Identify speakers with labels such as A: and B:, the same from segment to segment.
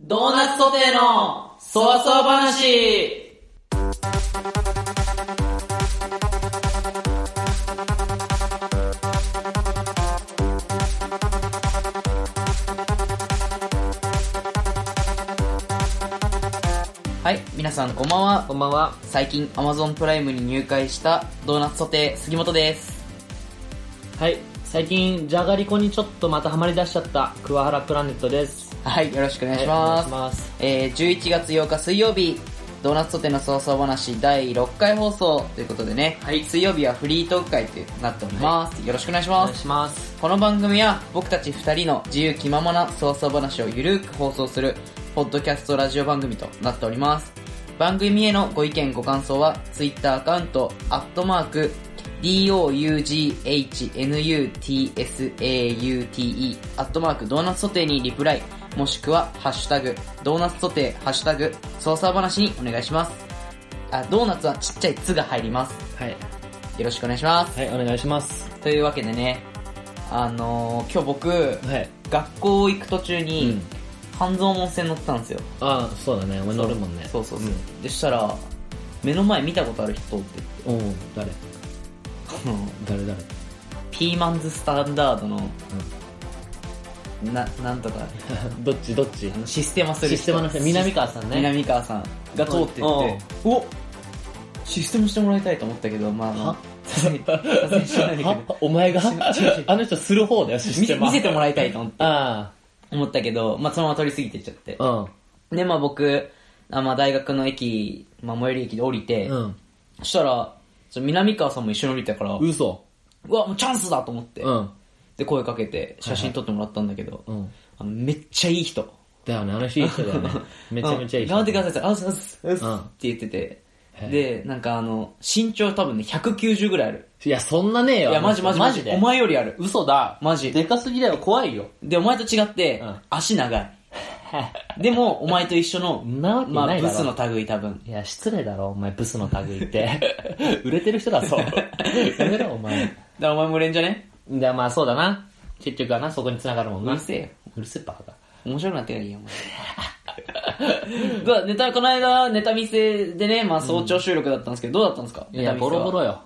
A: ドーナツソテーのそわそわ話はい、皆さんこんばんは。
B: こんばんは。
A: 最近 Amazon プライムに入会したドーナツソテー杉本です。
B: はい。最近、じゃがりこにちょっとまたハマり出しちゃった、桑原プラネットです。
A: はい、よろしくお願いし
B: は
A: ま
B: いお
A: す。
B: 願いします。
A: えー、11月8日水曜日、ドーナツソテーの想像話第6回放送ということでね、
B: はい
A: 水曜日はフリートーク会となっております。よろしくお願いし
B: お
A: ま
B: 願い
A: す。
B: します。
A: この番組は僕たち2人の自由気ままな想像話をゆるく放送する、ポッドキャストラジオ番組となっております。番組へのご意見ご感想は、Twitter アカウント、アットマーク、DOUGHNUTSAUTE、アットマーク、ドーナツソテーにリプライ、もしくは、ハッシュタグ、ドーナツソテー、ハッシュタグ、操作話にお願いします。あ、ドーナツはちっちゃい「つ」が入ります。
B: はい。
A: よろしくお願いします。
B: はい、お願いします。
A: というわけでね、あのー今日僕、
B: はい。
A: 学校行く途中
B: う
A: に
B: ん、
A: 半蔵門線乗ってたんですよ。
B: ああ、そうだね。お前乗るもんね。
A: そうそうそう。でしたら、目の前見たことある人って言って、
B: うん。おう誰
A: この
B: 誰誰
A: ピーマンズスタンダードの、な、なんとか、
B: うん。どっちどっち
A: あのシステマする人。
B: システムの人、南川さんね。
A: 南川さんが通ってって、
B: うん
A: おシステムしてもらいたいと思ったけど、まあまあ
B: は、
A: さすがに、さすがにしないけど
B: はお前が
A: 違う違う
B: あの人する方だよ、シス
A: 見
B: テ
A: せ
B: ム。
A: 見せてもらいたいと思って
B: あ
A: 思ったけど、まあそのまま通り過ぎてっちゃって。
B: あ。
A: で、まあ僕、あまあ、大学の駅、まあ、最寄り駅で降りて、
B: うん。
A: そしたら、ちょ南川さんも一緒に降りたから、
B: うん。嘘。
A: うわ、もうチャンスだと思って、
B: うん。
A: で、声かけて、写真撮ってもらったんだけど、
B: うん。
A: あのめっちゃいい人。
B: だよね、あの人いい人だ よね。めちゃめちゃいい人。
A: うん頑張ってください、あうすうすうす
B: うん
A: って言ってて、
B: へえ
A: で、なんかあの、身長多分ね、190ぐらいある。
B: いや、そんなねえ
A: い
B: よ。
A: や、マジマジマジ。
B: で。
A: お前よりある。
B: 嘘だ。
A: マジ
B: でかすぎだよ、怖いよ。
A: で、お前と違って、
B: うん
A: 足長 い。でも、お前と一緒の、
B: なわけ
A: ま
B: な
A: あ、
B: い
A: ブ
B: だろ
A: スの類多分。
B: いや、失礼だろ、お前、ブスの類 って。売れてる人だぞ。 やめろ、お前。
A: だからお前も売れんじゃね
B: いや、まあ、そうだな。結局はな、そこに繋がるもん
A: う
B: な。
A: るせえよ。
B: うるせえ、バカだ。
A: 面白くなってないよ、 お前どうネタ、この間、ネタ見せでね、まあ早朝収録だったんですけど、どうだったんですか
B: いや、ボロボ。
A: ネ
B: ロ よ。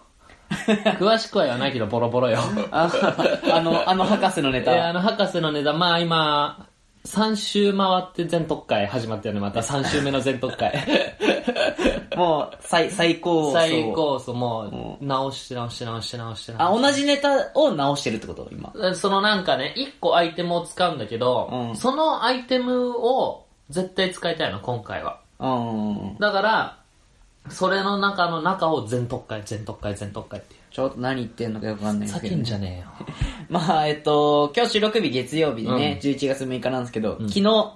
B: 詳しくは言わないけど、ボロボロよ。
A: タ見せはああの、あの博士のネ
B: いや、
A: タ。
B: あの、博士のネタ、まあ、今、3週回って全特会始まったよね、また3週目の全特会。
A: もう、最、最高層。
B: 最高、そう、もう、直して直して直して直して直して。
A: あ、同じネタを直してるってこと今。
B: そのなんかね、一個アイテムを使うんだけど、
A: うん
B: そのアイテムを絶対使いたいの、今回は。
A: うん。
B: だから、それの中の中を全特会、全特会、全特会っていう。
A: ちょっと何言ってんのかよくわかんないですけ
B: 叫
A: ど
B: ん。じゃねえよ。
A: まあ、えっと、今日収録日月曜日でね、11月6日なんですけど、昨日、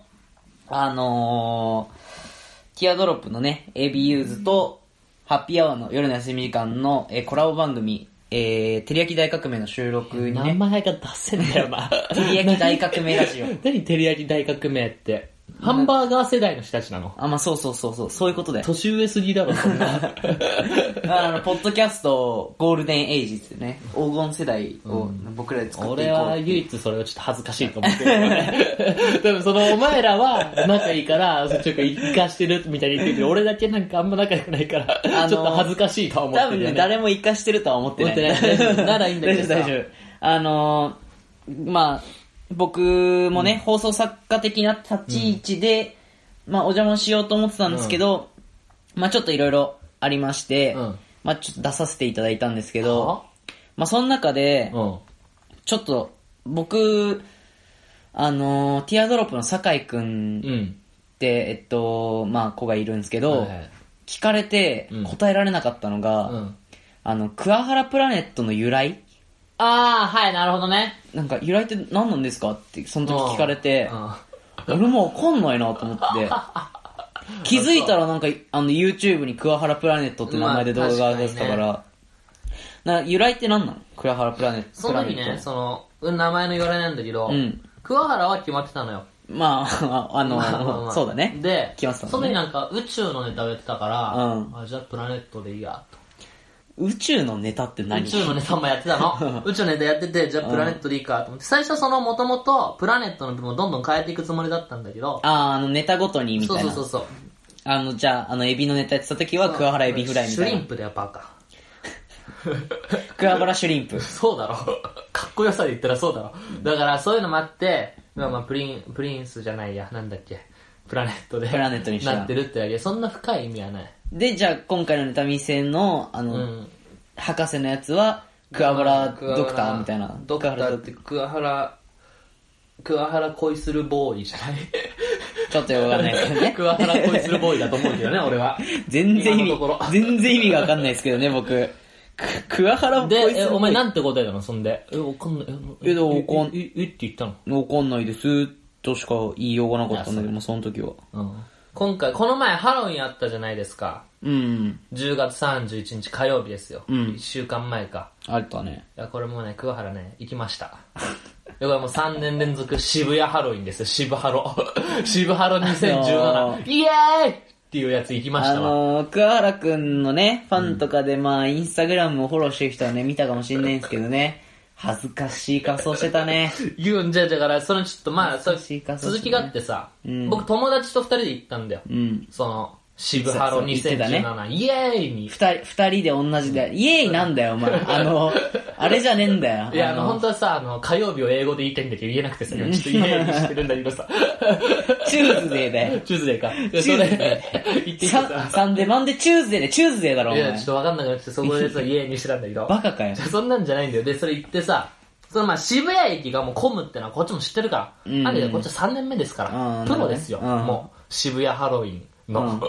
A: あのー、ティアドロップのね、AB ユーズと、ハッピーアワーの夜の休み時間の、えーコラボ番組、えー、照り焼き大革命の収録に
B: 名
A: ね、
B: 前が出せんだよ な。
A: 照り焼き大革命ラジオ。
B: 何照り焼き大革命って。ハンバーガー世代の人たちなの。
A: あ、まあそうそうそうそう、そういうことだよ。
B: 年上すぎだろ、そん な。
A: あの、ポッドキャスト、ゴールデンエイジっていうね、黄金世代を僕らで作ってい
B: 俺
A: こう。
B: は唯一それをちょっと恥ずかしいと思ってるけど ね。多分そのお前らは仲いいから、ちょっと生かしてるみたいに言ってるけど、俺だけなんかあんま仲良くないから、ちょ
A: あのー
B: っと恥ずかしいとは思
A: 多
B: って
A: 分
B: るよ
A: ね、
B: ね。
A: 誰も活かしてるとは思ってない。
B: 思ってない大丈夫ならいいんだけどさ
A: 大丈夫、大丈夫。あのー、まあ、僕もね、放送作家的な立ち位置で、まあ、お邪魔しようと思ってたんですけど、まあ、ちょっといろいろありまして、
B: うん
A: まあ、ちょっと出させていただいたんですけ
B: は
A: ど、まあ、その中で、
B: うん。
A: ちょっと、僕、あのー、ティアドロップの酒井くんっ
B: うん。
A: て、えっと、まあ、子がいるんですけど、
B: はいはい
A: 聞かれて
B: うん
A: 答えられなかったのが、
B: うん。
A: あの、クワハラプラネットの由来
B: あー、はい、なるほどね。
A: なんか、由来って何なんですかって、その時聞かれて
B: う、んうん
A: 俺もわかんないなと思 って。気づいたらなんか、あの、YouTube にクワハラプラネットって名前で動
B: まあ
A: 画が出てたから、な由来って何なのクワハラプラネット。
B: その時
A: プラネッ
B: ね、
A: ト
B: その、うん名前の言われないんだけど、
A: うん
B: 桑原は決まってたのよ。
A: まあ、あの、
B: まあまあまあ
A: そうだね。
B: で、
A: 決まってたのね
B: その時なんか宇宙のネタをやってたから、
A: うん
B: あじゃあプラネットでいいや、と。
A: 宇宙のネタって何
B: 宇宙のネタもやってた の宇宙のネタやっててじゃあプラネットでいいかと思って最初そのもともとプラネットの部分をどんどん変えていくつもりだったんだけど
A: あー、あの、ネタごとにみた
B: そう
A: いな。
B: そうそうそう
A: あの、じゃあ、あの、エビのネタやってた時は、桑原エビフライみ
B: シ
A: た
B: ュリ
A: い
B: ン
A: な。
B: プだよバカ
A: 桑原シュリンプ。
B: そうだろかっこよさで言ったらそうだろだからそういうのもあって、まあまあプリンプリンスじゃないやなんだっけプラネットで
A: プラネットにした
B: なってるってだけそんな深い意味はない
A: で、じゃあ、今回のネタ見せの、あの、
B: うん
A: 博士のやつは、桑原ドクターみたいな。
B: ドクタ
A: 桑原
B: ーって桑原桑原恋するボーイじゃ
A: ちょっとよくわかんないですけど
B: ない
A: ね。
B: 桑原恋するボーイだと思うけどね俺は
A: 全然意
B: 今の
A: 味
B: ところ、
A: 全然意味がわかんないですけどね、僕。く桑原
B: で
A: ボイス
B: えお前なんて答えたのそんでえわかんない
A: えでもわかん
B: えええって言ったの
A: わかんないです、としか言いようがなかったんだけども、その時は。
B: うん今回この前ハロウィンあったじゃないですか
A: うん、
B: 10月31日火曜日ですよ、
A: うん
B: 1週間前か
A: あったね。
B: いやこれもうね桑原ね行きました いやこれもう3年連続渋谷ハロウィンですよ渋ハロ 渋ハロ2017、
A: あの
B: イエーイっていうやつ行きまし
A: あ
B: たわ、
A: のー、桑原くんのね、ファンとかで、まあ、インスタグラムをフォローしてる人はね、見たかもしれないんですけどね、恥ずかしい仮装してたね。
B: 言うんじゃあだからそのちょっとまあそう
A: 難しいかそう
B: 続きがあってさ、
A: うん
B: 僕友達と2人で行ったんだよ、
A: うん。
B: その渋ハロ
A: 言ってたね
B: 2017、イエーイに
A: 二人、二人で同じで、イエーイなんだよ、お前。あの、あれじゃねえんだよ。
B: いや、あの、本当はさ、あの、火曜日を英語で言いたいんだけど、言えなくてさ、今ちょっと言えにしてるんだけどさ、
A: チューズデーだよ。
B: チューズデーか。いや
A: チュ
B: そ
A: ーズデ
B: れ、言ってきて
A: サン
B: さ、
A: サンデー、なんでチューズデーでチューズデーだろ、お
B: いや、ちょ
A: 前
B: っ。とわかんなくなって、そこでさ、言えにしてたんだけど、
A: バカかよ。
B: そんなん じゃないんだよ。で、それ言ってさ、そのまあ渋谷駅がもう混むってのはこっちも知ってるから。
A: うん
B: あれでこっちは3年目ですか
A: う
B: ら。
A: ん
B: プロですよ。
A: なるほどねうん
B: もう渋谷ハロウィンの。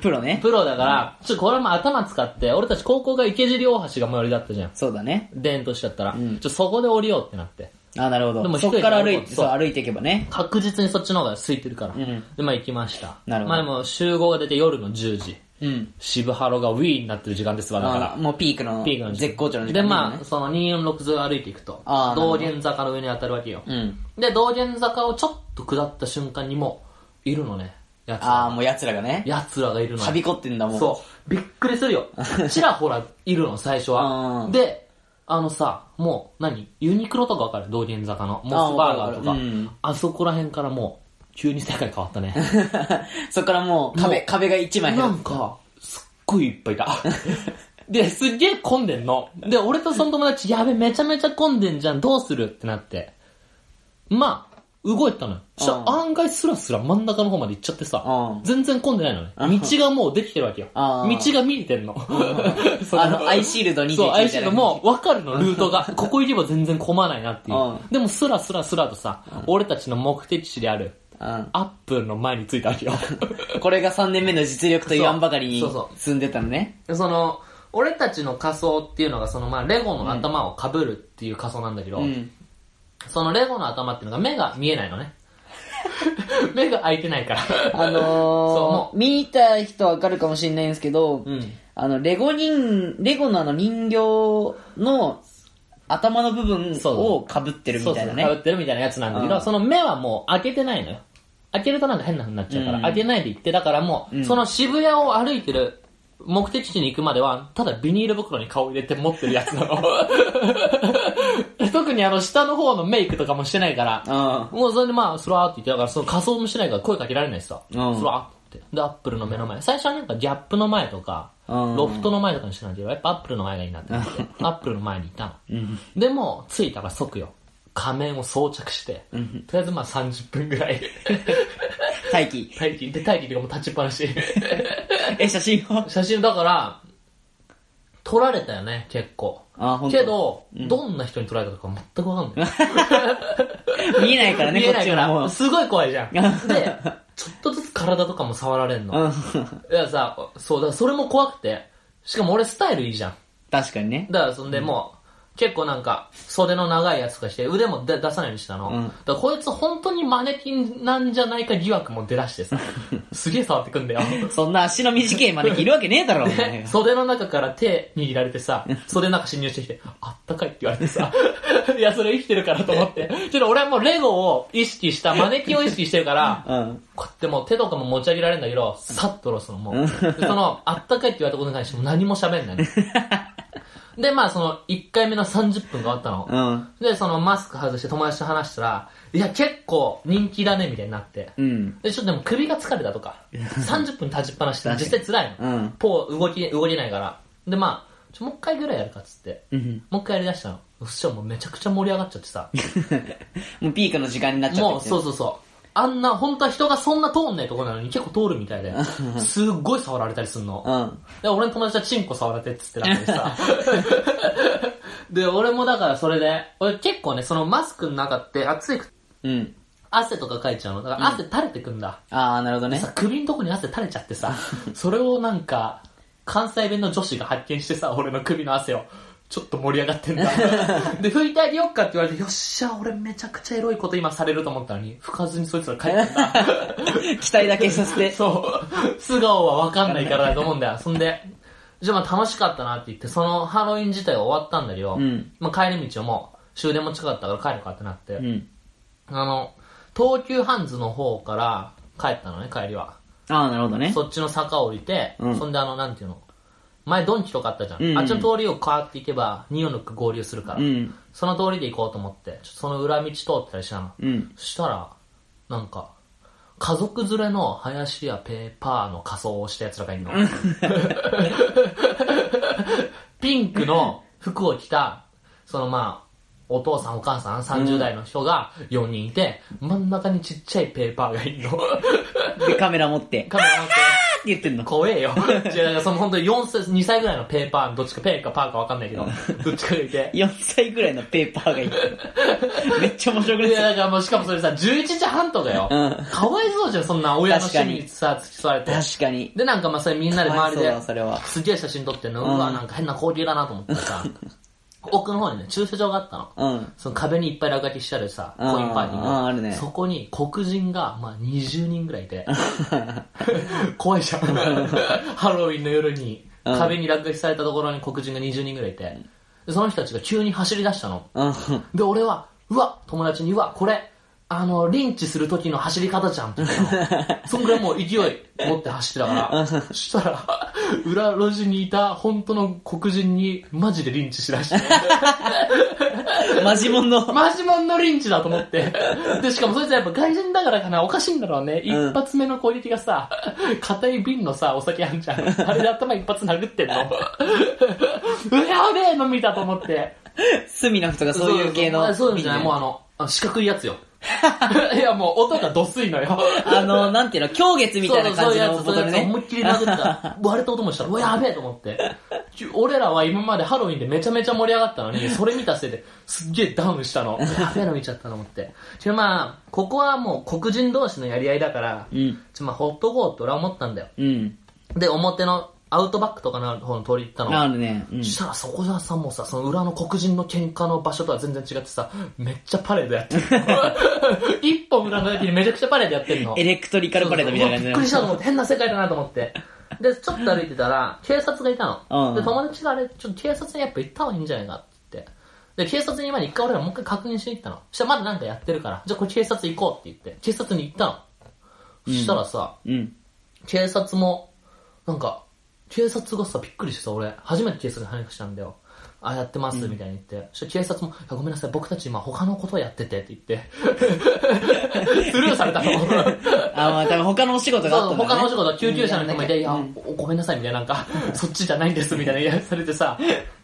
A: プロね。
B: プロだから、ちょっとこれも頭使って、俺たち高校が池尻大橋が最寄りだったじゃん。
A: そうだね。
B: 伝統しちゃったら。
A: ん
B: ちょ、そこで降りようってなって。
A: あ、なるほ
B: で
A: ど。
B: も
A: そっから歩い
B: 一人で歩こ
A: て、
B: う
A: そう、
B: そ
A: 歩いていけばね。
B: 確実にそっちの方が空いてるから。
A: ん
B: で、まあ行きました。
A: なるほど
B: まあでも集合が出て夜の10時。
A: うん。
B: 渋ハロがウィーンになってる時間ですわ、だから
A: あ。もうピークの
B: ピークの、時間
A: 絶好調の時間
B: で、
A: ね
B: まあ、その2460を歩いていくと
A: あーな、るほ
B: 道
A: ど
B: 玄坂の上に当たるわけよ。
A: うん。
B: で、道玄坂をちょっと下った瞬間にもう、いるのね。やつら。
A: ああ、もう奴らがね、
B: やつらがいるの
A: はびこってんだもん。
B: そう。びっくりする よ。ちらほらいるの、最初は
A: う。ん
B: で、あのさ、もう、何ユニクロとかわかる道玄坂の。モスバーガーとか。
A: わか
B: あ
A: るわかるうん
B: そこら辺からもう、急に世界変わったね。
A: そっからもう壁、
B: もう
A: 壁が一枚減
B: な
A: る
B: んか、すっごいいっぱいいた。 で、すっげえ混んでんの。で、俺とその友達、やべ、めちゃめちゃ混んでんじゃん、どうするってなって。まあ、動いたのよ。そした
A: う
B: ら
A: ん
B: 案外スラスラ真ん中の方まで行っちゃってさ
A: う、ん
B: 全然混んでないのね。道がもうできてるわけよ。
A: あ
B: 道
A: ー
B: が見えてんの。 そ
A: あの、アイシールド29みた
B: そ、
A: いうな。
B: アイシールドも分かるの、ルートが。ここ行けば全然混まないなっていう。
A: うん
B: でも、スラスラスラとさ、俺たちの目的地である、
A: うん。
B: アップルの前に着いたわけよ。
A: これが3年目の実力と言わんばかりに
B: そうそう
A: 進んでたのね。
B: でその、俺たちの仮装っていうのが、そのまあ、レゴの頭をかぶるっていう仮装なんだけど、
A: うん。
B: そのレゴの頭っていうのが目が見えないのね。 目が開いてないから。
A: あ
B: そう
A: の
B: も
A: ー、見た人はわかるかもしれないんですけど、
B: うん
A: あの、レゴ人、レゴのあの人形の頭の部分
B: そう
A: をかぶってるみたいな
B: そうそう被
A: ね。
B: ってるみたいなやつなんだけ
A: う
B: ど、
A: ん
B: その目はもう開けてないのよ。開けるとなんか変な風になっちゃうから、
A: うん
B: 開けないで行って、だからもう、
A: うん
B: その渋谷を歩いてる目的地に行くまでは、ただビニール袋に顔入れて持ってるやつなの。 特にあの下の方のメイクとかもしてないから、もうそれでまあ、スラーって言って、だからその仮装もしないから声かけられないしさ、
A: ん
B: スラーって。で、アップルの目の前。最初はなんかギャップの前とか、
A: うん
B: ロフトの前とかにしてたんだけど、やっぱアップルの前がいいなって思って、アップルの前にいたの。でも、着いたら即よ。仮面を装着して、とりあえずまあ30分ぐらい、
A: 待機。
B: 待機、で待機とかもう立ちっぱなし。
A: え、写真 を
B: 写真だから、撮られたよね、結構。
A: あ本当
B: けど、どんな人に撮られたとか全くわかんない。
A: 見えないからね、
B: 見
A: こ
B: え
A: っ
B: ない
A: ち
B: か
A: はも
B: ら、
A: う。
B: すごい怖い じゃん。で、ちょっとずつ体とかも触られんの。
A: うん
B: いやさ、そう、だからそれも怖くて。しかも俺スタイルいいじゃん。
A: 確かにね。
B: だからそんでもう、結構なんか、袖の長いやつとかして、腕も出出さないようにしたの。
A: うん
B: だからこいつ本当にマネキンなんじゃないか疑惑も出だし てさ、すげえ触ってくんだよ。
A: そんな足の短いまで着るわけねえだろ、お前
B: で、
A: が。
B: 袖の中から手握られてさ、袖の中侵入してきて、あったかいって言われて さ、いや、それ生きてるからと思って。ちょっと俺はもうレゴを意識した、マネキンを意識してるから、
A: うん。
B: こうやってもう手とかも持ち上げられるんだけど、さっと下ろすのもう。でその、あったかいって言われたことに対しても何も喋んないの。 で、まあその、1回目の30分が終わったの。
A: うん。
B: で、そのマスク外して友達と話したら、いや、結構人気だね、みたいになって。
A: うん。
B: で、ちょっとでも首が疲れたとか、30分立ちっぱなしって
A: 確か
B: 実
A: に
B: 際辛いの。
A: うん
B: ポー動き、動けないから。で、まあ、ちょ、もう一回ぐらいやるかっつって。
A: うん。
B: もう一回やりだしたの。そしたらもうめちゃくちゃ盛り上がっちゃってさ。
A: もうピークの時間になっちゃって。
B: もう、そうそうそう。あんな、本当は人がそんな通んないとこなのに結構通るみたいで、すっごい触られたりすんの。
A: うん。
B: で、俺の友達はチンコ触られてっつってなっ てさ。 で、俺もだからそれで、俺結構ね、そのマスクの中って暑いく、
A: うん。
B: 汗とかかいちゃうの。だから汗垂れてくんだ。
A: あー、なるほどね。
B: さ、首のとこに汗垂れちゃって さ、それをなんか、関西弁の女子が発見してさ、俺の首の汗を、ちょっと盛り上 がってんだ。で、拭いてあげよっかって言われて、よっしゃ、俺めちゃくちゃエロいこと今されると思ったのに、拭かずにそいつら帰ったん だ。
A: 期待だけさせて。
B: そう。素顔はわかんないからだと思うんだよ。そんで、じゃあまあ楽しかったなって言って、そのハロウィン自体は終わったんだけど、
A: うん
B: まあ帰り道をもう終電も近かったから帰るかってなって、
A: うん。
B: あの、東急ハンズの方から帰ったのね、帰りは。
A: あー、なるほどね。
B: そっちの坂を降りて、
A: うん
B: そんであの、なんていうの、前ドンキとかあったじゃん。
A: うんうん
B: あっちの通りを変わっていけば、246合流するから、
A: うん。
B: その通りで行こうと思って、ちょっとその裏道通ったりしたの。
A: うん。
B: そしたら、なんか、家族連れの林やペーパーの仮装をした奴らがいるの。 ピンクの服を着た、そのまあ、お父さんお母さん30代の人が4人いて、真ん中にちっちゃいペーパーがいる の。
A: で、カメラ持って、
B: カメラ持って
A: あーって言ってんの。
B: 怖えよ。 違う違う、その本当に4歳、2歳ぐらいのペーパー、どっちかペーかパーかわかんないけど、どっちかがいて。
A: 4歳ぐらいのペーパーがいい。 めっちゃ面白く
B: いや、
A: ない
B: だからもうしかもそれさ、11時半とかよ。
A: うん
B: かわいそうじゃん、そんな親の趣味にさ、付き添われて。
A: 確かに。
B: で、なんかまあそれみんなで周り
A: かわいそ
B: で
A: うだわそれは、
B: すげえ写真撮ってんの、
A: うん
B: うわ、なんか変な光景だなと思ってさ、奥の方にね、駐車場があったの。
A: うん。
B: その壁にいっぱい落書きしてあるさ、コ
A: うん
B: インパーティー
A: うん
B: が。
A: あるね
B: そこに黒人が、まあ20人ぐらい いて。怖いじゃん。ハロウィンの夜に、
A: うん
B: 壁に落書きされたところに黒人が20人ぐらいいて。でその人たちが急に走り出したの。
A: うん。
B: で、俺は、うわ、友達に、うわ、これ、あの、リンチする時の走り方じゃんって言った のそんぐらいもう勢い持って走ってたから、そしたら、裏路地にいた本当の黒人にマジでリンチしだして、
A: マジモンの。
B: マジモンのリンチだと思って。で、しかもそいつはやっぱ外人だからかな、おかしいんだろうね。
A: うん
B: 一発目の攻撃がさ、硬い瓶のさ、お酒あんじゃん。あれで頭一発殴ってんの。うわやべえの見たと思って。
A: 隅の人がそういう系の。
B: そうそうそうそういうんじゃない、もうあの、あの四角いや つよ。いや、もう音がどすいのよ。
A: あの、なんていうの、狂月みたいな感じの
B: そ
A: ボト
B: うそうそう
A: ル
B: いうやつそういうやつ
A: ね
B: 思い。っきり 殴った。割れた音もしたら、うわ、やべえと思って。ち俺らは今までハロウィンでめちゃめちゃ盛り上がったのに、それ見たせいで、すっげえダウンした の。やべえの見ちゃったと思って。ちょ、まあ、ここはもう黒人同士のやり合いだから、
A: うん。
B: ちょ、まあ、ほっとこうって俺は思ったんだよ。
A: うん。
B: で、表のアウトバックとかの方の通り行ったの。
A: あるね。うん
B: そしたらそこがさ、もうさ、その裏の黒人の喧嘩の場所とは全然違ってさ、めっちゃパレードやってる。 一本裏の時にめちゃくちゃパレードやってんの。
A: エレクトリカルパレードみたいな感じ
B: びっ
A: だ
B: く
A: ね
B: りしたと思って、変な世界だなと思って。 で、ちょっと歩いてたら、警察がいた
A: うん
B: の。で、友達があれ、ちょっと警察にやっぱ行った方がいいんじゃないかって言って。で、警察に今に一回俺らもう一回確認しに行ったの。そしたらまだなんかやってるから、じゃあこれ警察行こうって言って、警察に行ったの。そしたらさ、
A: うん。
B: 警察も、なんか、警察がさ、びっくりしてさ、俺、初めて警察に話したんだよ。あ、やってます、みたいに言って。そして警察も、いやごめんなさい、僕たち今他のことをやってて、って言 って。スルーされたの。
A: あ、まあ多分他のお仕事があ
B: そ
A: った
B: う
A: んだね。
B: 他のお仕事、救急車の人もいて、いや、
A: う
B: おごめんなさい、みたいな、なんか、 そっちじゃないんです、みたいな言わされてさ。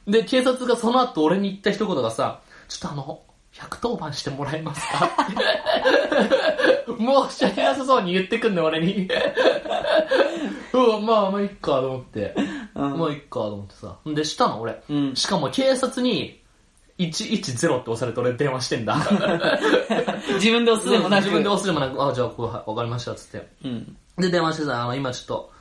B: で、警察がその後俺に言った一言がさ、ちょっとあの、110番してもらえます かって。申し訳なさそうに言ってくんね、俺に。うわ、まあ、まあ、いっか、と思って。
A: うん
B: まあ、いっか、と思ってさ。で、したの、俺。
A: うん
B: しかも、警察に、110って押されて俺電話して んだ。
A: 自分で押すでもなく。
B: 自分で押すでもなく、あ、じゃあ、こうはいわかりました、つって。
A: うん。
B: で、電話してさ、あの、今ちょっと、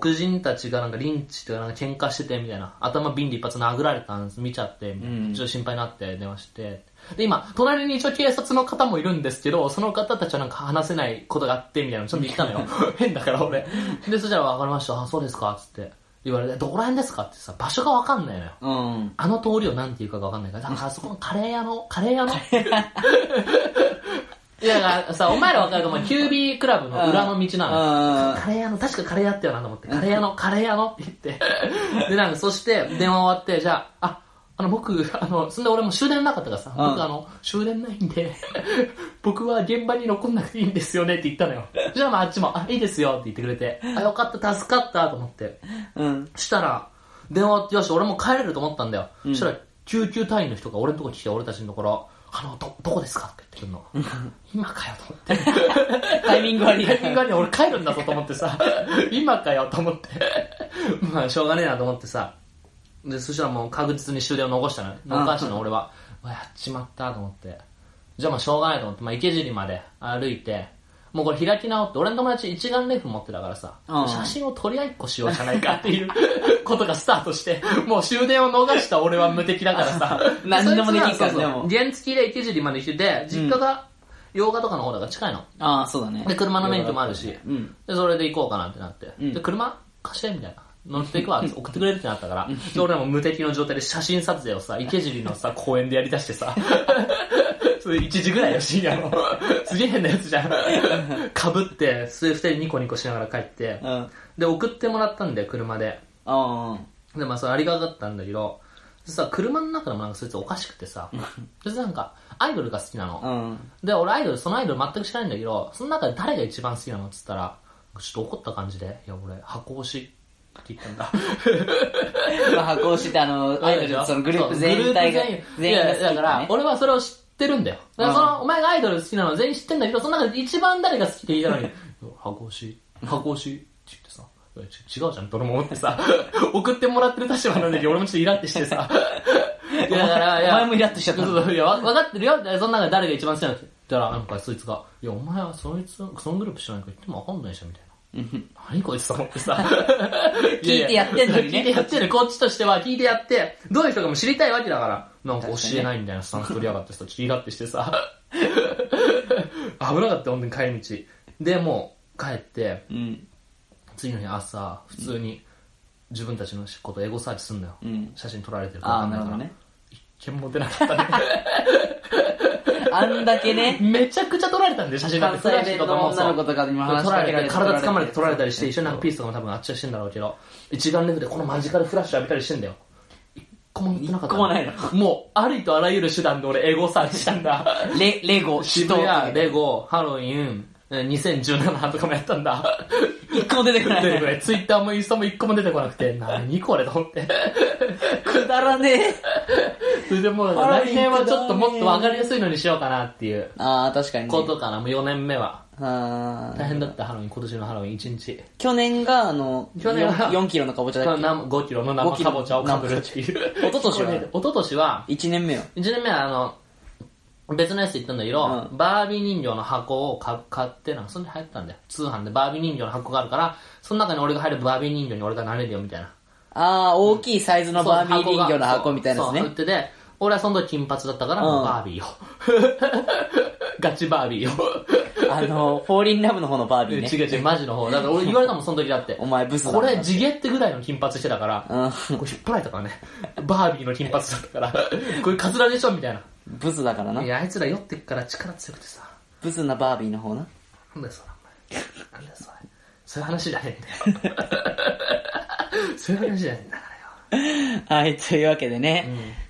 B: 黒人たちがなんかリンチとかなんか喧嘩しててみたいな頭ビンで一発殴られたんです見ちゃってみたいな
A: うん
B: ちょっと心配になって電話してで今隣に一応警察の方もいるんですけどその方たちはなんか話せないことがあってみたいなのちょっと言った のよ変だから俺でそしたら分かりましたあそうですかっつって言われてどこら辺ですかってさ場所が分かんないのよ
A: うん。
B: あの通りをなんて言うかがわかんないから、だからあそこのカレー屋の、カレー 屋のいや、だからさ、お前らわかると思う、キュービークラブの裏の道なの
A: あ
B: よ。カレー屋の、確かカレー屋だったよなと思って、カレー屋の、カレー屋のって言って。で、なんか、そして、電話終わって、じゃあ、あ、あの、僕、あの、そんで俺も終電なかったからさ、
A: うん
B: 僕あの、終電ないんで、 僕は現場に残んなくていいんですよねって言ったのよ。じゃあ、まあ、あっちも、あ、いいですよって言ってくれて、あ、よかった、助かったと思って。
A: ーうん。
B: したら、電話あって、よし、俺も帰れると思ったんだよ。
A: ん
B: そしたら、救急隊員の人が俺のとこ来て、俺たちのところ、あの、ど、どこですかって言 ってくるの。今かよと思って。
A: タイミング悪いな
B: タイミングに俺帰るんだぞと思って さ、今かよと思って。まあ、しょうがねえなと思ってさ。で、そしたらもう確実に終電を残したのね。残したの俺は。うわやっちまったと思って。じゃあまあしょうがないと思って、まあ池尻まで歩いて、もうこれ開き直って、俺の友達一眼レフ持ってたからさ、
A: うん。
B: 写真を撮り合いっこしようじゃないかっていう ことがスタートして、もう終電を逃した俺は無敵だから さ
A: 何でもできるから
B: そいつはそうそう
A: でも
B: 原付きで池尻まで来てて、実家が洋画とかの方だから近いの。
A: ああ、そうだね。
B: で、車の免許もあるし、
A: うん。
B: で、それで行こうかなってなって、
A: うん
B: で、車貸してみたいな。乗って いくわ、送ってくれるってなったから、で、俺らも無敵の状態で写真撮影をさ、池尻 のさ、公園でやりだしてさ、それ1時ぐらいよ、深 夜の。すげえ変なやつじゃん。かぶって、それ二人ニコニコしながら帰って
A: う、ん。あ
B: で、送ってもらったんだよ、車で。
A: あ。
B: で、まあ、それありがたかったんだけど、さ、車の中でもなんかそいつおかしくてさ、そいつなんか、アイドルが好きなの。
A: うん。
B: で、俺アイドル、そのアイドル全く知らないんだけど、その中で誰が一番好きなのっつったら、ちょっと怒った感じで、いや、俺、箱推しって言ったんだ。
A: まあ、箱押しってあの、 アイドル、そのグループ全体が
B: そうグルー、プ全
A: 全
B: 員
A: 員が好
B: い
A: き
B: や、だから、俺はそれを知ってるんだよ。だからその、お前がアイドル好きなの全員知ってんだけど、その中で一番誰が好きって言いたのに、 箱推し、箱推しって言ってさ、いやち違うじゃん、どれも思ってさ、 送ってもらってる立場なんだけど、俺もちょっとイラってして さ、いやだから、いや
A: お前もイラッとしちゃった
B: そうそういや、わ分かってるよ。その中で誰が一番好きなのって言ったら、なんかそいつが、いや、お前はそいつ、そのグループ知らないから言っても分かんないでしょ、みたいな。何こいつと思ってさ。
A: 聞いてやってんのにね
B: いやいや聞いてやってる。こっちとしては聞いてやって、どういう人かも知りたいわけだから、なんか教えないみたいなスタンス取りやがってさ、ちょっとイラってしてさ。危なかった、本当に帰り道。で、もう帰って、
A: うん。
B: 次の日朝、普通に自分たちのこと英語サーチすんだよ。
A: うん
B: 写真撮られてるから
A: あ
B: わか
A: あ、な
B: んな
A: いる
B: か
A: ほ
B: ら。
A: どね。
B: 一件も出なかったね。
A: あんだけね、
B: めちゃくちゃ撮られたんで、写真なんて
A: 関西弁の女の子とかにも話し
B: 撮
A: からけら
B: れ
A: れ
B: て、
A: て
B: 体掴まれて撮られたりして、一緒になんかピースとかも多分あっちはしてんだろうけど、一眼レフでこのマジカルフラッシュ浴びたりしてんだよ。一個も言ってなかった。
A: 一個もないの
B: もう、ありとあらゆる手段で俺、エゴサーチしたんだ。
A: レ、レゴ、
B: 渋
A: 人、
B: 谷、レゴ、ハロウィン、えー2017とかもやったんだ。
A: 一個も出てこな
B: 出て
A: い。
B: こ ない。ツイッターもインスタも一個も出てこなくて、何これと思って。
A: くだらねえ。
B: それでもう、
A: ハロウィン
B: 来年はちょっともっとわかりやすいのにしようかなっていう
A: ああ、確かにね。
B: ことかな、もう4年目は。
A: あー
B: 大変だった、ハロウィン、今年のハロウィン1日。
A: 去年が、あの、
B: 去年は
A: 4キロのかぼちゃだっけ
B: 5キロの生かぼちゃをかぶるっていう。
A: 一昨年は
B: 一昨年は、
A: 1年目よ。
B: 1年目はあの、別のやつ行ったんだけど、
A: う
B: バービー人形の箱をか買って、なんかそんで流行ったんだよ。通販でバービー人形の箱があるから、その中に俺が入るバービー人形に俺がなれるよみたいな。
A: ああ、大きいサイズのバービー人形の箱みたいなやつ
B: やつ
A: ね
B: そう、売っ。てて、俺はその時金髪だったから、もうバービーよ。 ガチバービーよ。
A: あの、フォーリンラブの方のバービーね。
B: 違う違う、マジの方。だから俺言われたもん、その時だって。
A: お前ブスだな
B: これ、地毛ってぐらいの金髪してたから、
A: う
B: これ引っ張られたからね。バービーの金髪だったから、これカツラでしょみたいな。。
A: ん。ブスだからない
B: や、あいつら酔ってっから力強くてさ。
A: ブスなバービーの方な。
B: なんだよ、それ、お前。なんだよ、それ。そういう話じゃねえんだよ。 そういう話じゃねえんだからよ。
A: はい、というわけでね、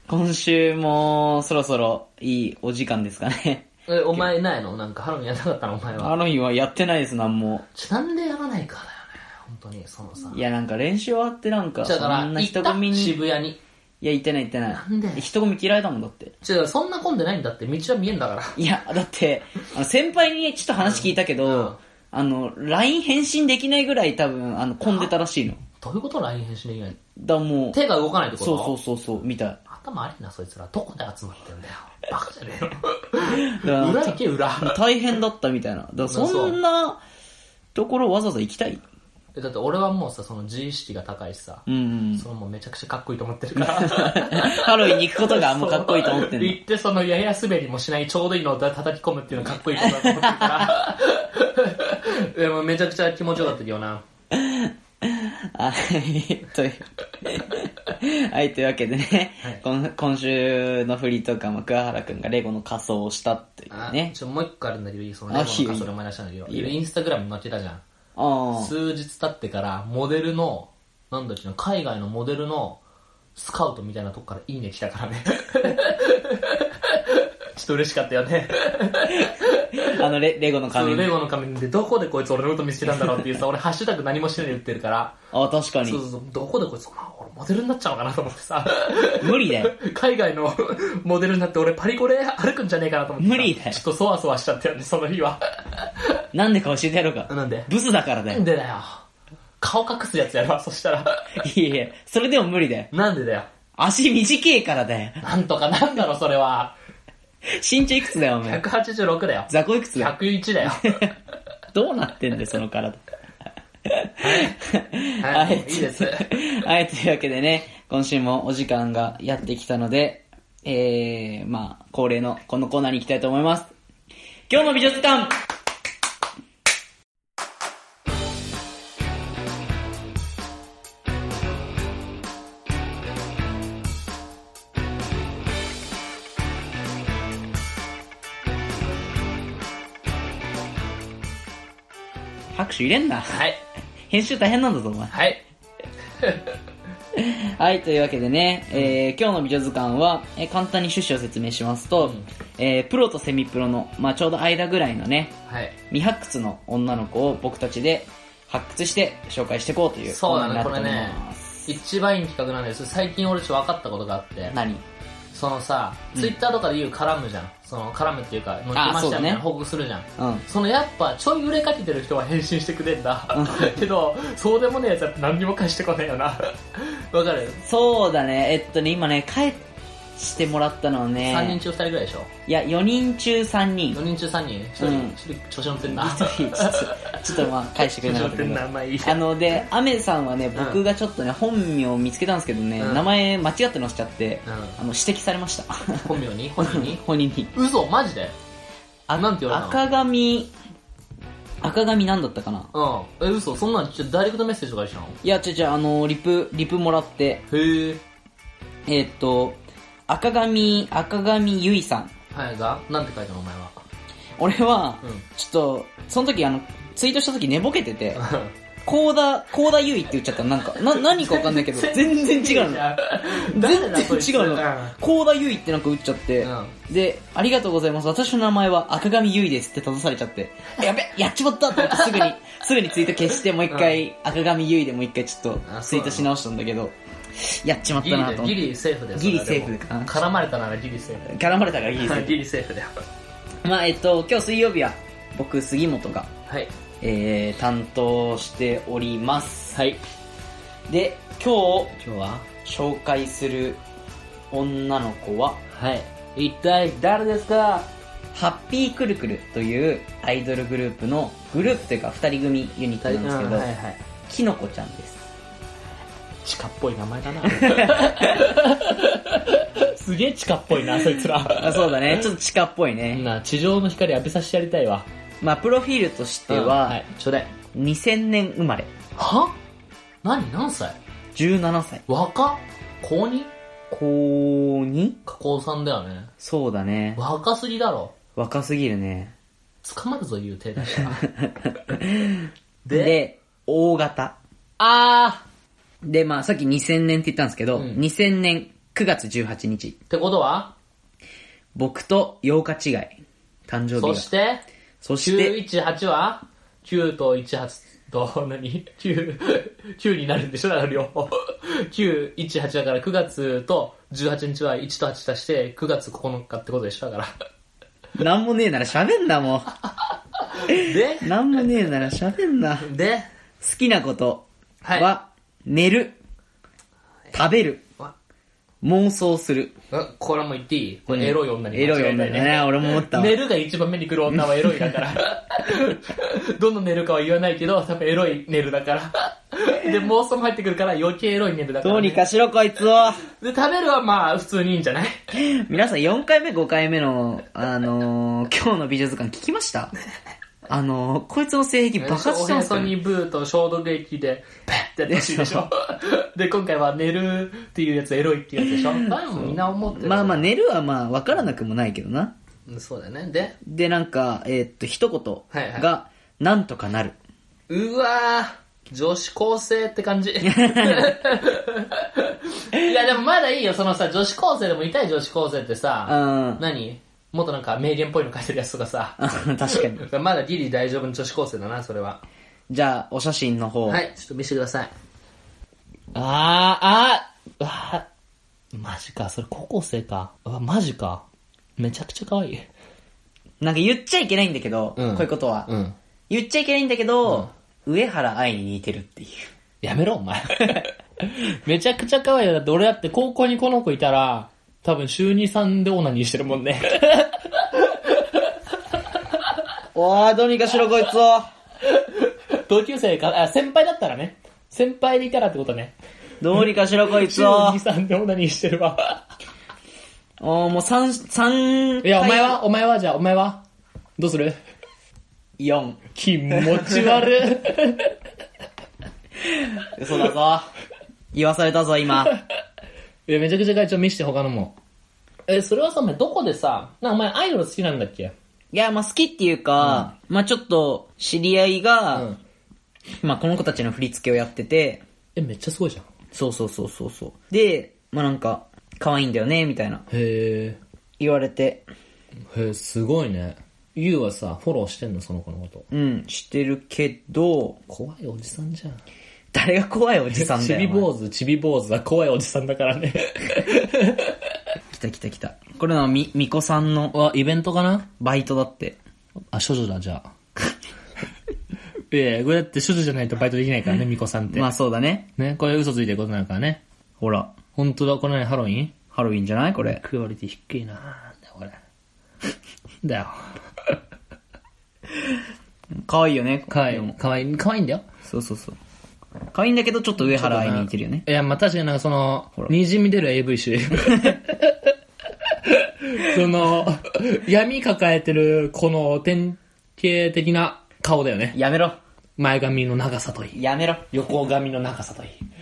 A: 今週もそろそろいいお時間ですかね。
B: え、お前ないのなんかハロウィンやらなかったのお前は。
A: あの日はやってないです、なんも。
B: ちなんでやらないからだよね。本当に、そのさ。
A: いや、なんか練習終わってなんか、
B: だか
A: そ
B: ら、
A: ん
B: 行
A: な人
B: った
A: 混みに。い
B: 渋谷に。
A: や、行ってない行ってない。
B: なんで
A: 人混み嫌いだもんだって。
B: 違う、そんな混んでないんだって、道は見えんだから。
A: いや、だって、あの先輩にちょっと話聞いたけど、
B: うん
A: あの、LINE 返信できないぐらい多分、あの、混んでたらしいの。
B: どういうこと ?LINE 返信できない
A: だ、もう、
B: 手が動かないってこと
A: そうそうそうそう、みたい。
B: 頭悪いな、そいつら。どこで集まってんだよ。バカじゃね
A: だか
B: え
A: ら
B: よ。裏行け、裏。
A: 大変だったみたいな。だからそんなところわざわざ行きたい
B: えだって俺はもうさ、その自意識が高いしさ、
A: うんうん。
B: そのもうめちゃくちゃかっこいいと思ってるから。
A: ハロウィンに行くことがもう かっこいいと思ってんの。
B: 行ってそのやや滑りもしないちょうどいいのを叩き込むっていうのはかっこいいことだと 思ってるからでもめちゃくちゃ気持ちよかったけどな
A: あはいという。はい、というわけでね、今今週のフリートークはまあ桑原くんがレゴの仮装をしたっていう
B: あ
A: ね。
B: ちょもう一個あるんだけどいいそのレ
A: あ
B: ゴの
A: いいよ
B: 仮想で思い出したんだけど
A: いいよ
B: インスタグラムに載ってたじゃん
A: ああ。
B: 数日経ってからモデルのなんだっけな海外のモデルのスカウトみたいなとこからいいね来たか らねちょっと嬉しかったよね
A: あのレ、レゴの
B: そ
A: 仮
B: のレ
A: 面。
B: ゴの仮面でどこでこいつ俺のこと見つけたんだろうっていうさ俺ハッシュタグ何もしないで売ってるから
A: あ、確か
B: そう
A: に。
B: そうそう、どこでこいつ、まあ、俺モデルになっちゃうのかなと思ってさ、
A: 無理だよ。
B: 海外のモデルになって俺パリコレ歩くんじゃねえかなと思ってさ
A: 無理だよ
B: ちょっとそわそわしちゃったよね、その日は。
A: なんでか教えてやろうか。
B: なんで
A: ブスだからだ
B: なん
A: よ。
B: でだよ。顔隠すやつやろ、そしたら。
A: いやいや、それでも無理だよ。
B: なんでだよ。
A: 足短いからだよ。
B: なんとかなんだろ、それは。
A: 身長いくつだよ、お前。
B: 186だよ。
A: 雑魚いくつだよ。
B: 101だよ。
A: どうなってんだよ、その体。
B: はい、いいです。
A: はい、というわけでね、今週もお時間がやってきたので、えー、まあ、恒例のこのコーナーに行きたいと思います。今日の美術館拍手入れんな。
B: はい、
A: 編集大変なんだぞ、お前。
B: はい、
A: はい、というわけでね、えー今日の美女図鑑は、えー簡単に趣旨を説明しますと、
B: うん
A: えープロとセミプロの、まあ、ちょうど間ぐらいのね、
B: はい。
A: 未発掘の女の子を僕たちで発掘して紹介していこうという
B: そうだ
A: コーナ
B: ね、
A: ー
B: こ
A: になっ
B: れ
A: てお
B: ね
A: ります。、
B: 一番いい企画なんです。最近俺ちょっと分かったことがあって。
A: 何
B: そのさ、
A: うん
B: ツイッターとかで言う絡むじゃん。その絡むっていうか、乗ってま
A: そう
B: した
A: だ
B: み
A: ね
B: たいな報告するじゃん。
A: うん。
B: そのやっぱちょい売れかけてる人は返信してくれんだ
A: うん。
B: けど、そうでもねえやつは何にも返してこな いよな。わかる
A: そうだね、えっとね、今ね、帰してもらったのは
B: ?3 人
A: ね、
B: 中2人ぐらいでしょ
A: いや、4人中3
B: ?4
A: 人。
B: 人中3人 ?1 人、
A: うん
B: 一人調子乗ってんな。
A: ちょっとちょっとまあ、 返してく
B: 調
A: れなか
B: 子乗
A: っ
B: ったて
A: け
B: ん
A: ど。
B: な、まあいい。
A: あの、で、アメさんはね、
B: ん
A: 僕がちょっとね、本名を見つけたんですけどね、
B: うん
A: 名前間違ってましたって、
B: うん
A: あの、指摘されました。
B: 本名に 本人に
A: 本人に。
B: 嘘マジであ、なんて言われた
A: 赤髪、赤髪なんだったかな
B: のうん。え、嘘そんなんちょダイレクトメッセージとかでしたの
A: いや、ちょいちょい、あの、リプ、リプもらって、
B: へえ。
A: えーっと、赤髪、赤髪ゆいさん。
B: はいがなんて書いたのお前は。
A: 俺は、
B: うん。
A: ちょっと、その時あの、ツイートした時寝ぼけてて、コーダ、コーダゆいって言っちゃったのなんか、な、何かわ かんないけど、全然違 うの。
B: 全
A: 全然違うの。コーダゆいってなんか打っちゃって、
B: う
A: で、ありがとうございます。私の名前は赤髪ゆいですって閉ざされちゃ って、あやべ、やっちまったと思ってす ぐに、すぐにツイート消して、もう一回、赤髪ゆいでもう一回ちょっと
B: あ
A: ツイートし直したんだけど、やっちまっ
B: ギ
A: た
B: リ
A: な
B: で
A: と思っ
B: ギ
A: て。
B: リセーフだよ
A: ギリ
B: それはで
A: セ
B: も
A: ーフかな
B: 絡まれたならギリセーフだよ
A: 絡まれたからいいですよ
B: ギリセーフだよ
A: まあ、えっと、今日水曜日は、僕、杉本が、
B: はい
A: えー、担当しております。
B: はい
A: で、今日、
B: 今日は
A: 紹介する女の子は、
B: はい一体誰ですか
A: ハッピーくるくるというアイドルグループのグループというか二人組ユニットなんですけど、
B: はいはい
A: きのこちゃんです。
B: 地下っぽい名前 だなすげえ地下っぽいなそいつら
A: あそうだね、ちょっと地下っぽいね。
B: な地上の光浴びさせてやりたいわ
A: まあ、プロフィールとして
B: で
A: は、
B: はいちょうだい
A: 2000年生まれ、
B: は何何歳
A: 17歳、
B: 若高 2?
A: 高 2?
B: か高3だよね
A: そうだね。
B: 若すぎだろ
A: 若すぎるね。
B: 捕まるぞ言う手出したら
A: で、大型。
B: あー
A: で、まあ、さっき2000年って言ったんですけど、
B: うん
A: 2000年9月18日、
B: ってことは
A: 僕と8日違い、誕生日
B: そ
A: が。
B: して
A: そして、
B: 918は ?9 と18と何 ?9、9になるんでしょだから両方。9、18だから9月と18日は1と8足して9月9日ってことでしょだから。
A: なんもねえなら喋んな、も
B: で
A: う。なんもねえなら喋んな。
B: で、
A: 好きなことは、
B: は
A: 寝る、食べる、
B: わ
A: 妄想する。
B: あこれはもう言っていいこれエロい女に
A: エロい
B: 間違な
A: 女だね。俺も思ったわ。
B: 寝るが一番目に来る女はエロい だから。どの寝るかは言わないけど、多分エロい寝るだから。で、妄想も入ってくるから余計エロい寝るだから、
A: どうにかしろ、こいつを。
B: で、食べるはまあ普通にいいんじゃない
A: 皆さん4回目、5回目の、あのー、今日の美術館聞きま したあのー、こいつの性癖爆発して
B: おへ
A: ます
B: そ
A: よね
B: にブーと消毒液で、ペッてやってほしいでしょ。で、今回は寝るっていうやつエロいっていうやつでしょ。まあみんな思ってる。
A: まあまあ、寝るはまあ、わからなくもないけどな。
B: うんそうだね。で、
A: で、なんか、えーっと、一言
B: はい
A: が、なんとかなる。
B: うわー女子高生って感 じ。いや、でもまだいいよ。そのさ、女子高生でも痛い女子高生ってさ、
A: うん。
B: 何もっとなんか名言っぽいの書いてるやつとかさ。
A: 確かに。
B: まだギリ大丈夫の女子高生だな、それは。
A: じゃあ、お写真の方。
B: はい、ちょっと見せてください。
A: あ
B: うわーマジか、それ高校生か。うわ、マジか。めちゃくちゃ可愛い。
A: ー、なんか言っちゃいけないんだけど、
B: うん
A: こういうことは、
B: うん。
A: 言っちゃいけないんだけど、上原愛に似てるっていう。
B: やめろ、お前。 めちゃくちゃ可愛いよ。だって俺だって高校にこの子いたら、多分週2、3でオナニーしてるもんね。
A: おー、どうにかしろこいつを。
B: 同級生か、あ、先輩だったらね。先輩でいたらってことね。
A: どうにかしろこいつ
B: 週
A: を
B: 2、。3でオナニーしてるわ。
A: おー、もう三、三、
B: いや、お前は、お前は、じゃあ、お前は、どうする
A: 四。
B: 気持ち 悪
A: 嘘だぞ。言わされたぞ、 今。
B: い。いや、めちゃくちゃ会長見して、他のも。え、それはさ、お前どこでさ、な、お前アイドル好きなんだっけ
A: いや、まあ好きっていうか、まあちょっと、知り合いうが、
B: ん。
A: まあこの子たちの振り付けをやってて、
B: え、めっちゃすごいじゃん。
A: そうそうそうそうそう。で、まあなんか、可愛いんだよね、みたいな。
B: へ
A: 言われて、
B: え、へえ、すごいね。ゆうはさ、フォローしてんの、その子のこと。
A: うん、してるけど、
B: 怖いおじさんじゃん。
A: 誰が怖いおじさんだ
B: ち
A: よ。
B: び
A: お前
B: 坊主、ちび坊主は怖いおじさんだからね。
A: 来た来た来た。これのみ、みこさんの
B: わ、イベントかな
A: バイトだって。
B: あ、処女だ、じゃあ。 いやいやこれだって処女じゃないとバイトできないからね、ミコさんって。
A: まあそうだね。
B: ね、これ嘘ついてることになるからね。
A: ほら、
B: 本当だ、この前ハロウィン
A: ハロウィンじゃないこれ。
B: クオリティ低いななんだよ、これ。 だよ。
A: 可愛いよね。
B: かわいい。かわいい、かわいいんだよ。
A: そうそうそう。可愛いんだけど、ちょっと上原愛に似てるよね。
B: いや、まあ確かになんかその、にじみ出る AV 集。 その、闇抱えてる、この典型的な顔だよね。
A: やめろ。
B: 前髪の長さといい。
A: やめろ。
B: 横髪の長さといい。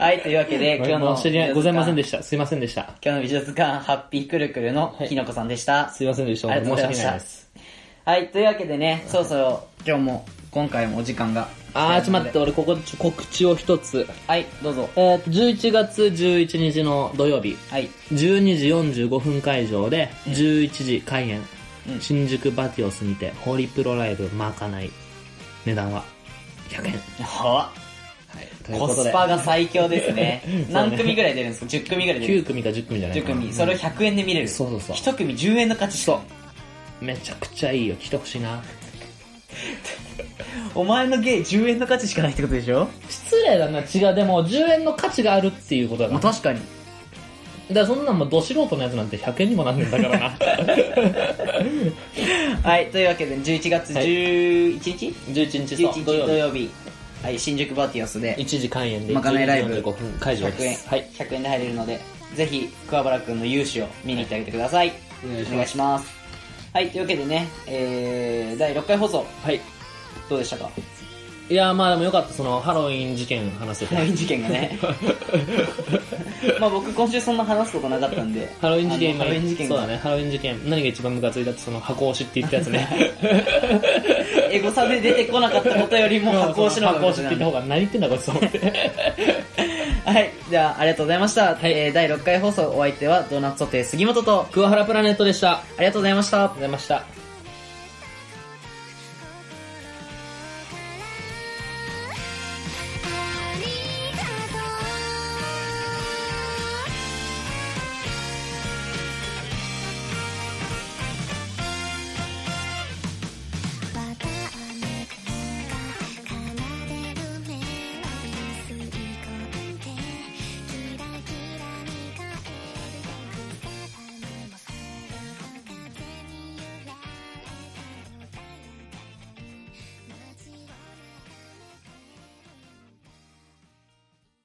A: はい、というわけで、今日の、
B: 申し訳ないございません
A: で
B: でした。すいませんでした。
A: 今日の美術館、ハッピーくるくるのひのこさんでした。
B: すいませんでした。
A: ありがとうございまし
B: 申訳
A: た
B: ないです。
A: はい、というわけでね、そろそろ今日も、今回もお時間が。
B: あー、ちょっと待って、俺ここちょ告知を一つ。
A: はい、どうぞ。
B: えー、11月11日の土曜日、
A: はい。
B: 12時45分会場で、11時開演、
A: うん
B: 新宿バティオスにて、ホリプロライブまかない。値段は100円。
A: は
B: という
A: コ
B: こと
A: ス
B: で、
A: パが最強ですね。 何組ぐらい出るんですか ?10 組ぐらい出る
B: 9組か10組じゃない
A: 10
B: かな。
A: 組。それを100円で見れる。
B: そうそうそう
A: 1組10円の価値。そう。
B: めちゃくちゃいいよ。来てほしいな。
A: お前の芸10円の価値しかないってことでしょ
B: 失礼だな、違う。でも、10円の価値があるっていうことだな
A: まあ。確かに。
B: だからそんなんもうど素人のやつなんて100円にもなんねんだからな
A: はい、というわけで、11月11日
B: 11日そう
A: ?11 日
B: 土
A: 土
B: 曜日
A: 曜日。はい、新宿バーティオスで。
B: 1時開演で
A: まかないライブ
B: 1時45分会場
A: 100
B: で
A: 円、
B: すはい
A: 100円で入れるので、ぜひ、桑原くんの勇姿を見に行ってあげてください。
B: お願いします
A: お願いします。はい、というわけでね、えー、第6回放送、
B: はい
A: どうでしたか
B: いやーまあでもよかったそのハロウィン事件話せて
A: ハロウィン事件が ね。まあ僕今週そんな話すことなかったんで。
B: ハロウィン事件
A: あのハロウィン事件
B: そうだ
A: が、
B: ねハロウィン事件何が一番ムカついたってその箱押しって言ったやつね
A: エゴサで出てこなかったことより も箱押しの方が
B: 箱
A: 面白
B: 押しって
A: い
B: 言った方が何言ってんだこいつと思って
A: はい、ではありがとうございました。えー第6回放送お相手はドーナツソテー杉本と、
B: 桑原プラネットでしたあり
A: ありがとうございました。
B: がとうございました